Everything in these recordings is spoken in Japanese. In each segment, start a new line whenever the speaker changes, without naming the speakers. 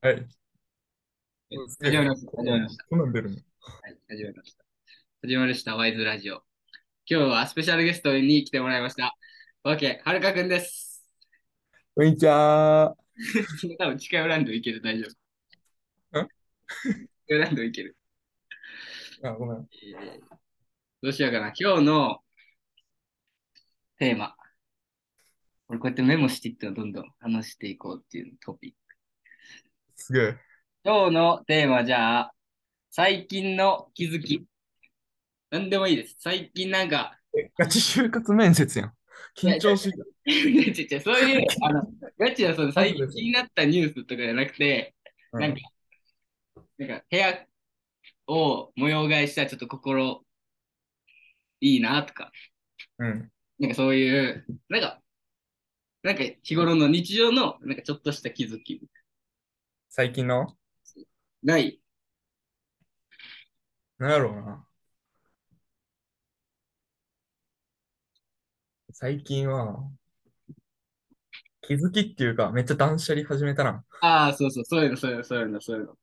はい。
え
うんすげ
始ま
え、
りました。
こん
始
な
ま
ん、
りました。
こんなん出るの。
はい、始まりました。始まりました。ワイズラジオ。今日はスペシャルゲストに来てもらいました。わけ、はるかくんです。
こんにちは。
多分近寄らんといける、大丈夫。
んあ、
近寄らんといける。
ごめん。
えーどうしようかな。今日のテーマ。俺こうやってメモしていってのどんどん話していこうっていうトピック。
すげえ。
今日のテーマじゃあ、最近の気づき。なんでもいいです。最近なんか、
ガチ就活面接やん。
いや
緊張すぎ る。
違う違う、そういう、あの、ガチな、その
マ
最
ジ
近
です
気
よ。
になったニュースとかじゃなくて、
う
なん
ん。
か、なんか部屋を模様替えしたらちょっと心いいなとか、
うん。
なんかそういう、なんか、なんか日頃の日常の、なんかちょっとした気づき
最近の
ない。
なんやろうな。最近は、気づきっていうか、めっちゃ断捨離始めたな。
ああ、そうそう、そういうの、そういうの、そういうの、そういうの。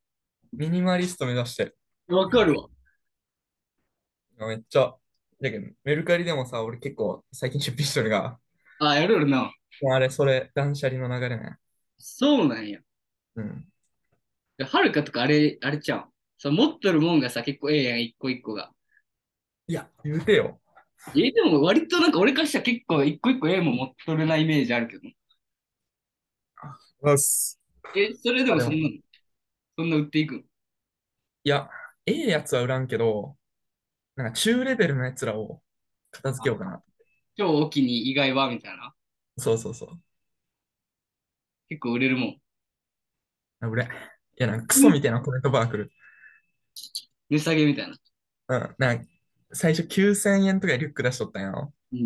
ミニマリスト目指して。
わかるわ。
めっちゃ。だけど、メルカリでもさ、俺結構最近出品してるが、
ああ、やるよな。
もうあれ、それ、断捨離の流れね。
そうなんや。
うん。
ではるかとかあれ、あれちゃうん。そう、持っとるもんがさ、結構ええやん、一個一個が。
いや、言うてよ。
え、でも割となんか俺からしたら結構一個一個ええもん持っとるなイメージあるけど。
うっす。
え、それで
あ
も
れ
そんなの、そんな売っていくの
いや、ええやつは売らんけど、なんか中レベルのやつらを片付けようかな。
超お気に以外はみたいな。
そうそうそう。
結構売れるもん。
あ、俺。いや、なんかク
う
ソ
ん
みたいなコメントバー来る。
値下げみたいな。
うん。なんか最初9000円とかでリュック出しとったんやろ。
うん。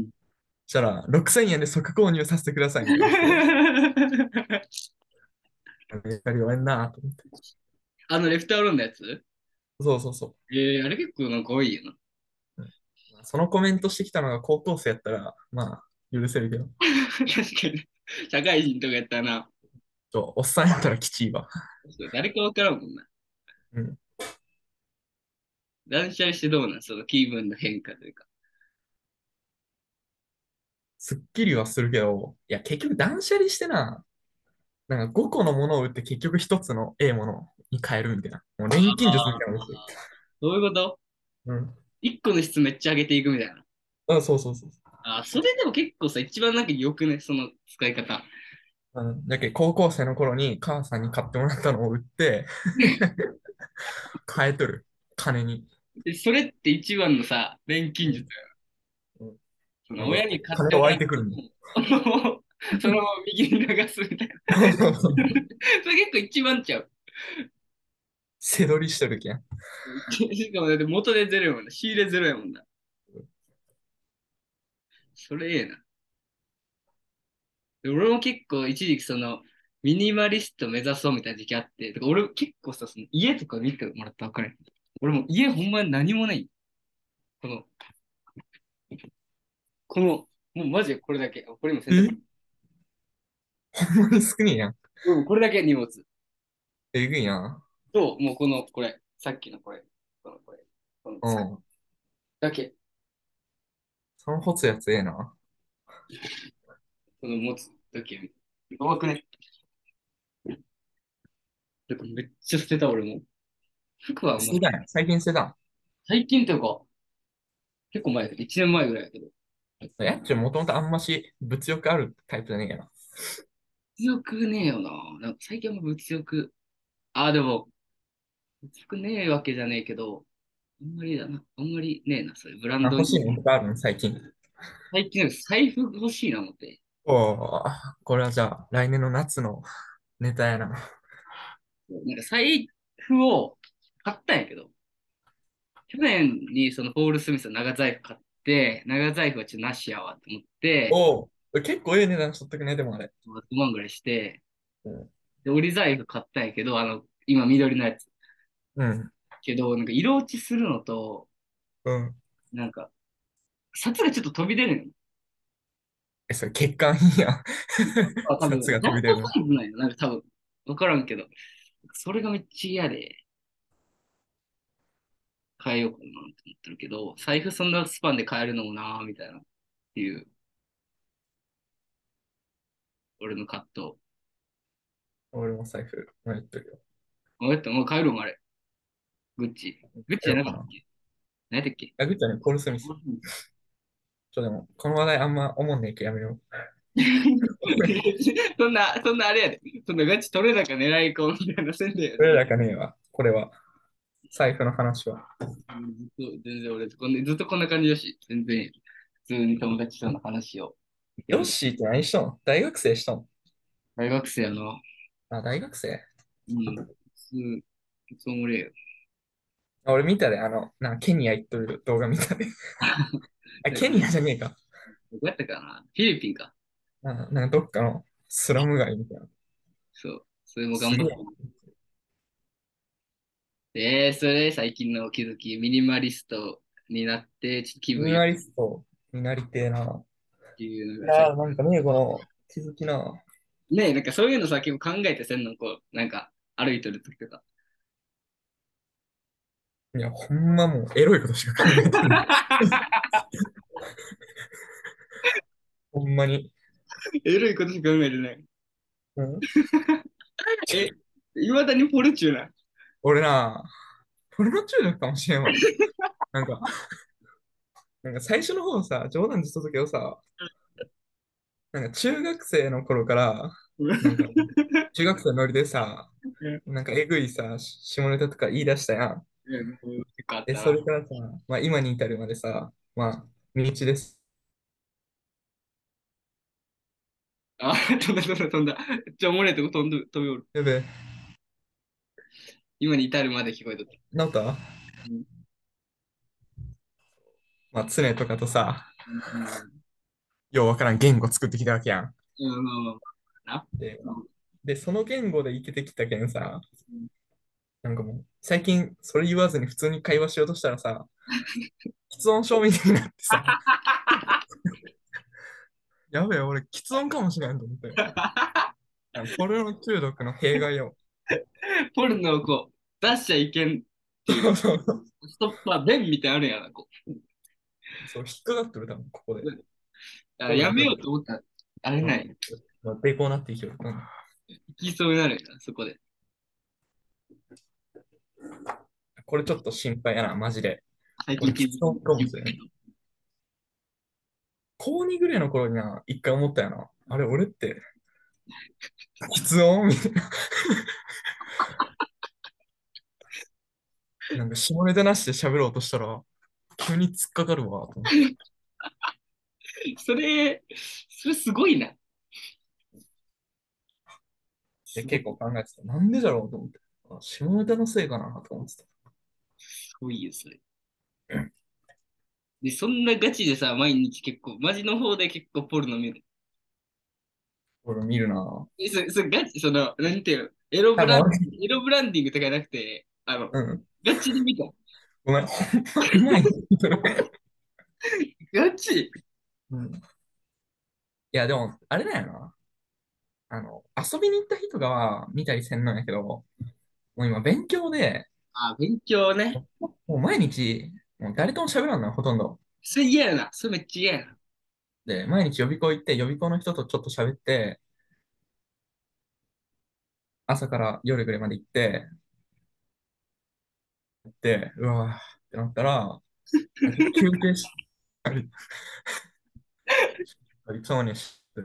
そしたら6000円で即購入させてくださいみたいな来 て。メルカリごめんなと思って。
あの、レフトアローンのやつ
そうそうそ
えー、あれ結構なんか多いよな。
う。うんまあそのコメントしてきたのが高校生やったら、まあ、許せるけど。
確かに。社会人とかやったらな。
ちょ、おっさんやったらきちいわ。
誰かわからんもんな。
うん。
断捨離してどうなんその気分の変化というか。
すっきりはするけど、いや、結局断捨離してな、なんか5個のものを売って結局1つのええものに変えるみたいな。もう錬金術みたいなもんですよ。
どういうこと
うん。
一個の質めっちゃ上げていくみたいな。
あ、そうそうそう。
あー、それでも結構さ、一番なんか良くね、その使い方。
うん、だけど高校生の頃に母さんに買ってもらったのを売って、 変えとる。金に。
でそれって一番のさ、錬金
う
術
んうん
そ
なん
の
か、
親に買っ
金
て
が
も
湧
ら
い
って
くるんだ。
も、 そのまま右に流すみたいな。それ結構一番ちゃう。
背取りしてるけん。
しかもだって元でゼロやもんな。仕入れゼロやもんな。それええな。で俺も結構一時期その、ミニマリスト目指そうみたいな時期あって、てか俺結構さ、その家とか見てもらったら分かる。俺もう家ほんまに何もない。この、この、もうマジでこれだけ。あこれも洗
え
濯。
ほんまに少ねえやん。
うん、これだけ荷物。
えぐいな。
と、もうこの、これ、さっきのこれ、このこれ、この
う
さ
ん。
だけ、
そのホつやつええな。
この持つだけ、うまくね。だからめっちゃ捨てた、俺も。服は
捨
もう、
てたんや最近捨てたん。
最近というか、結構前だけど、1年前ぐらいだけど、
やっちゅうもともとあんまし物欲あるタイプじゃねえやな。
物欲ねえよな。なんか最近も物欲、ああ、でも、物欲ねえわけじゃねえけど、あんまりだな。あんまりねえな、それ。ブラン
あ、
ド
欲しい
に。
ものとかあるの最近。
最近、財布欲しいな、思って。
おお、これはじゃあ、来年の夏のネタやな。
なんか財布を買ったんやけど、去年にそのポール・スミスの長財布買って、長財布はちょっとなしやわと思って、
おお、結構ええ値段しとったくね、でもあれ。
6万ぐらいして、
うん。
で、折り財布買ったんやけど、あの、今緑のやつ。
うん。
けど、なんか色落ちするのと、
うん
なんか、札がちょっと飛び出るのよ。
え、それ血管いいやん。
あ、多分、
札が飛び
ラス
出
ト
るの。
サイズなんよ。なんか多分、わからんけど。それがめっちゃ嫌で、変えようかなって思ってるけど、財布そんなスパンで変えるのもなーみたいな、っていう、俺の葛藤。
俺も財布迷ってるよ。
もうやった、もう帰ろうもあれ。グッチ。グッチじゃなかったっけ何やったっけ
あ、グッチはね、ポール・スミス。ちょ、でも、この話題あんま思んねえけどやめよう。
そんな、そんなあれやで。そんなガチ取れ高狙い込みたいなせんでや
そ
で。
れだけねえわ、これは。財布の話は。
ずっと全然俺こんな、ずっとこんな感じだし、全然、普通に友達との話を。
ヨッシーって何したの大学生したの
大学生やな。
あ、大学生
うん。普通、普通おもれえよ。
あ俺見たで、あの、なんかケニア行ってる動画見たで。あ、ケニアじゃねえか。
どこやったかなフィリピンか。
なんかなんかどっかのスラム街みたいな。
そう。それも頑張って。で、それ最近の気づき、ミニマリストになって、ちょっと気
ミ
分
ニ
や
マ
っ
リストになりてえな。
ていう
い
のが
やー、なんかね、この気づきな。
ねえ、なんかそういうのさ、結構考えてせんの、こう、なんか歩いとる時とか。
いや、ほんまもうエロいことしか考えてない。 ほんまに。
エロいことしか考えてない。
うん
え、いまだにポルチューな。
俺な、ポルノ中毒かもしれんわ。なんか、なんか最初の方さ、冗談でしたけどさ、なんか中学生の頃から、なんか中学生のノリでさ、なんかえぐいさ、し下ネタとか言い出したやん。
うん、こういうのがあっ
で、
た
それからさ、まあ今に至るまでさ、まあ、身内です。
あ、飛んだ飛んだ飛んだ。めっちゃおもれえとこ飛んで、飛びおる。
やべ、
今に至るまで聞こえとった。
なった
うん
まあ、常とかとさ、
うん、
ようわからん言語作ってきたわけやん。
うん、まあまあま
で
うん、
でその言語で生きてきたけんさ
うん、
なんかもう、最近それ言わずに普通に会話しようとしたらさ、 喫音症みたいになって さ、やべえ、俺、喫音かもしれんと思 って。ポルノ中毒の弊害 よ。
あポルノをこう、出しちゃいけん、
そうそうそう。
ストッパー、弁みたいなのあるやな、こ
そう、引っかかってる、多分ここで。
う。あやめようと思ったら、あれない。
まあ、抵抗なっていきよる。うん
行きそうになるやな、そこで。
これちょっと心配やな、マジで。
最
俺
近気づ
喫
い
音かもしれん
た。
高2ぐらいの頃にな、一回思ったよな。あれ、俺って、喫音みたいな。 なんか、下ネタなしで喋ろうとしたら、急に突っかかるわ、と思って。
それ、それすごいな。
で結構考えてた。なんでだろうと思って。あ下ネタのせいかな、と思ってた。
すごいよ、それ
うん。
で、そんなガチでさ、毎日結構、マジの方で結構ポルノ見る。
俺見るな。
え、そそガチ、その、なんていうの、エロブラ
あ
ン
の
エロブランディングとかじゃなくて、あの、
うん。
ガチで見た。
ごめん、ほんまにない。
ガチ
うんいや、でも、あれだよな。あの、遊びに行った日とかは見たりせんのやけど、もう今勉強で、
あ、勉強ね。
もう毎日、もう誰とも喋らんのよ、ほとんど。
それ嫌やな。それめっちゃ嫌やな。
で、毎日予備校行って、予備校の人とちょっと喋って、朝から夜ぐらいまで行って、で、うわーってなったら、休憩し、 あり、ありそうにして、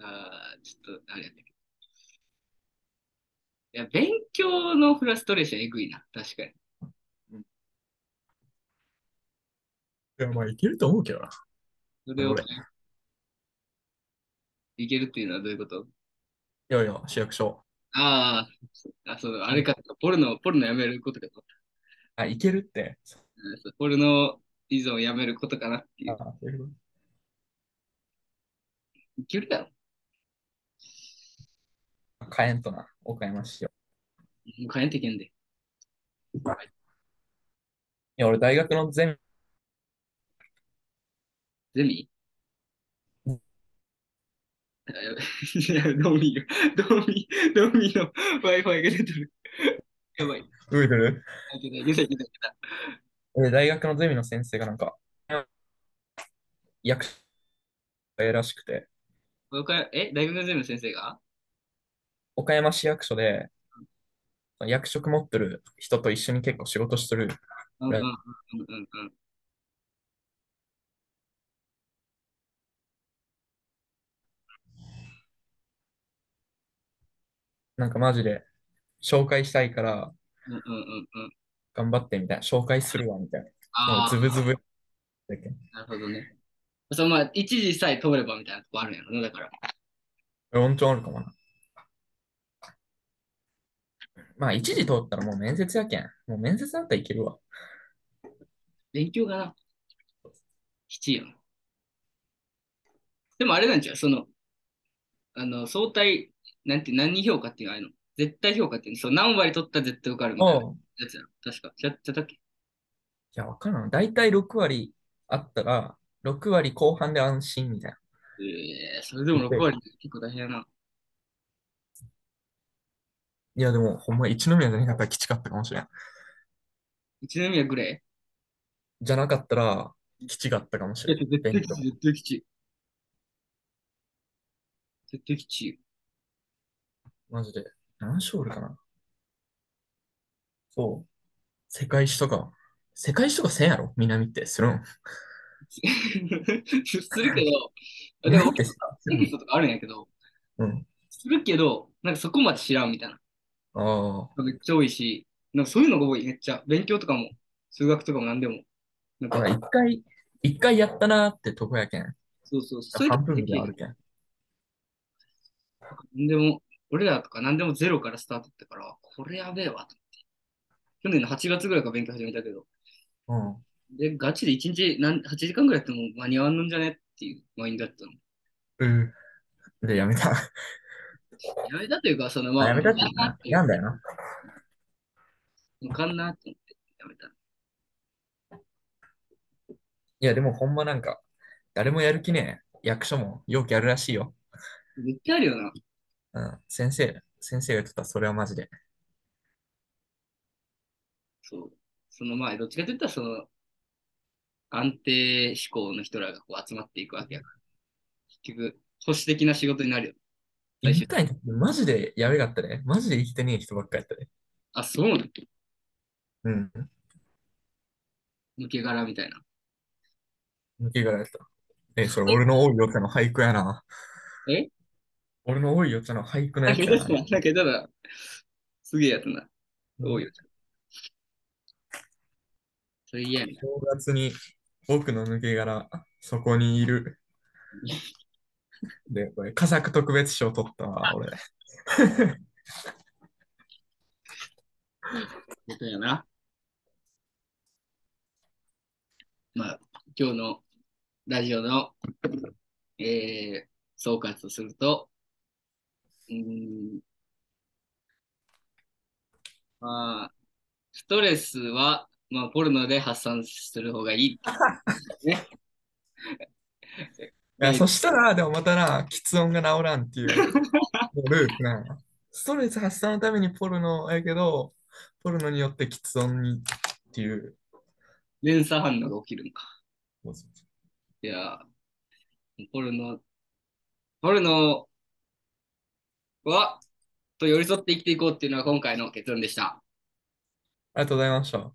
あーちょっと、あれやったけど。いや、勉強のフラストレーションえぐいな。確かに。
いや、まあ、いけると思うけどな。
それを
俺、
いけるっていうのはどういうこと
いやいや、市役所。
ああ、あ、そう、あれか、ポルノ、ポルノやめることかと。
あ、いけるって。
うんそうポルノ依存やめることかなっていう。
あそういうこと
いけるだろ。
変えんとな、岡山市よ。
もう変えんといけんで。
いや、俺、大学のゼミ、
ゼミ
うん
いや、ドーミーよ。ドーミー、ドーミーの Wi-Fi が出てる。やばい。
動いてる
あ出た、出た、出た、出た。
で大学のゼミの先生がなんか、役者らしくて、
岡山え、大学のゼミの先生が
岡山市役所で、役職持ってる人と一緒に結構仕事してる。
うんうん
は
う
い
んうんうん。
なんかマジで、紹介したいから
うんうんうんうん。
頑張ってみたいな。紹介するわ、みたいな。もう
あ
ズブズブ。
あ、なるほどね。そう、まあ、一時さえ通ればみたいなとこあるんやろな、だから。
論調あるかもな。まあ、一時通ったらもう面接やけん。もう面接だったらいけるわ。
勉強がな。必要やな。でもあれなんちゃうその、あの、相対、なんて、何評価っていうのあるの絶対評価っていうのそう、何割取ったら絶対受かるみたいな
おう
やつやろ確か。やっちゃったっけ
いや、わからん。だいたい6割あったら、6割後半で安心みたいな。
ええそれでも6割って結構大変やな。
いや、でも、ほんま、一宮じゃなかったらきちかったかもしれん。
一宮ぐらい
じゃなかったら、きちかったかもし
いや
れん。
絶対
勉
吉
強。
絶対吉絶対吉
マジで。何勝おるかなそう。世界史とか。世界史とかせんやろ南って。するん。
するけど、あで
南
も
ってす
テキストとかあるんやけど、
るん。
するけど、なんかそこまで知らんみたいな。
うん。ああ。
めっちゃ多いし、なんかそういうのが多い、めっちゃ。勉強とかも、数学とかもなんでも。なん
だから
か、
一回、一回やったなーってとこやけん。
そうそう、そういう
半
の
分で
で
あるけん。
なんでも、俺らとかなんでもゼロからスタートだったから、これやべえわと思って。去年の8月ぐらいから勉強始めたけど、
うん。
で、ガチで1日なん8時間ぐらいやっても間に合わんのんじゃねっていうマインドだったの。
うん。で、やめ た。
やめたというか、そのま
あ
あ、
やめたって言うな
わかんなっ。ていう
やんだよな。
わかんなって思って、やめた。
いや、でもほんまなんか、誰もやる気ねえ。役所もよくやるらしいよ。
絶対あるよな。
うん。先生、先生が言ってた、それはマジで。
そう。その前、どっちかといったら、その、安定志向の人らがこう集まっていくわけやから。結局、保守的な仕事になるよ。最終
一回の時マジでやべかったね。マジで生きてねえ人ばっかやったね。
あ、そうなの
うん。
抜け殻みたいな。
抜け殻やった。え、それ俺の多いお茶の俳句やな。
え
俺の多いお茶の俳句の
だ
やつ
け
や
ど、
な。
だけどな、すげえやつな。多いよ。それ嫌やな。
正月に僕の抜け殻、そこにいる。で、これ、佳作特別賞取ったわ、俺。
ことやな。まあ、今日のラジオの、えー、総括すると、うーん、まあ、ストレスは、まあ、ポルノで発散する方がいい。
いや、そしたら、でもまたな、喫音が治らんっていう、もうループな。ストレス発散のためにポルノやけど、ポルノによって喫音にっていう。
連鎖反応が起きるのか。
そうそうそ
いやー、ポルノ、ポルノは、と寄り添って生きていこうっていうのは今回の結論でした。
うありがとうございました。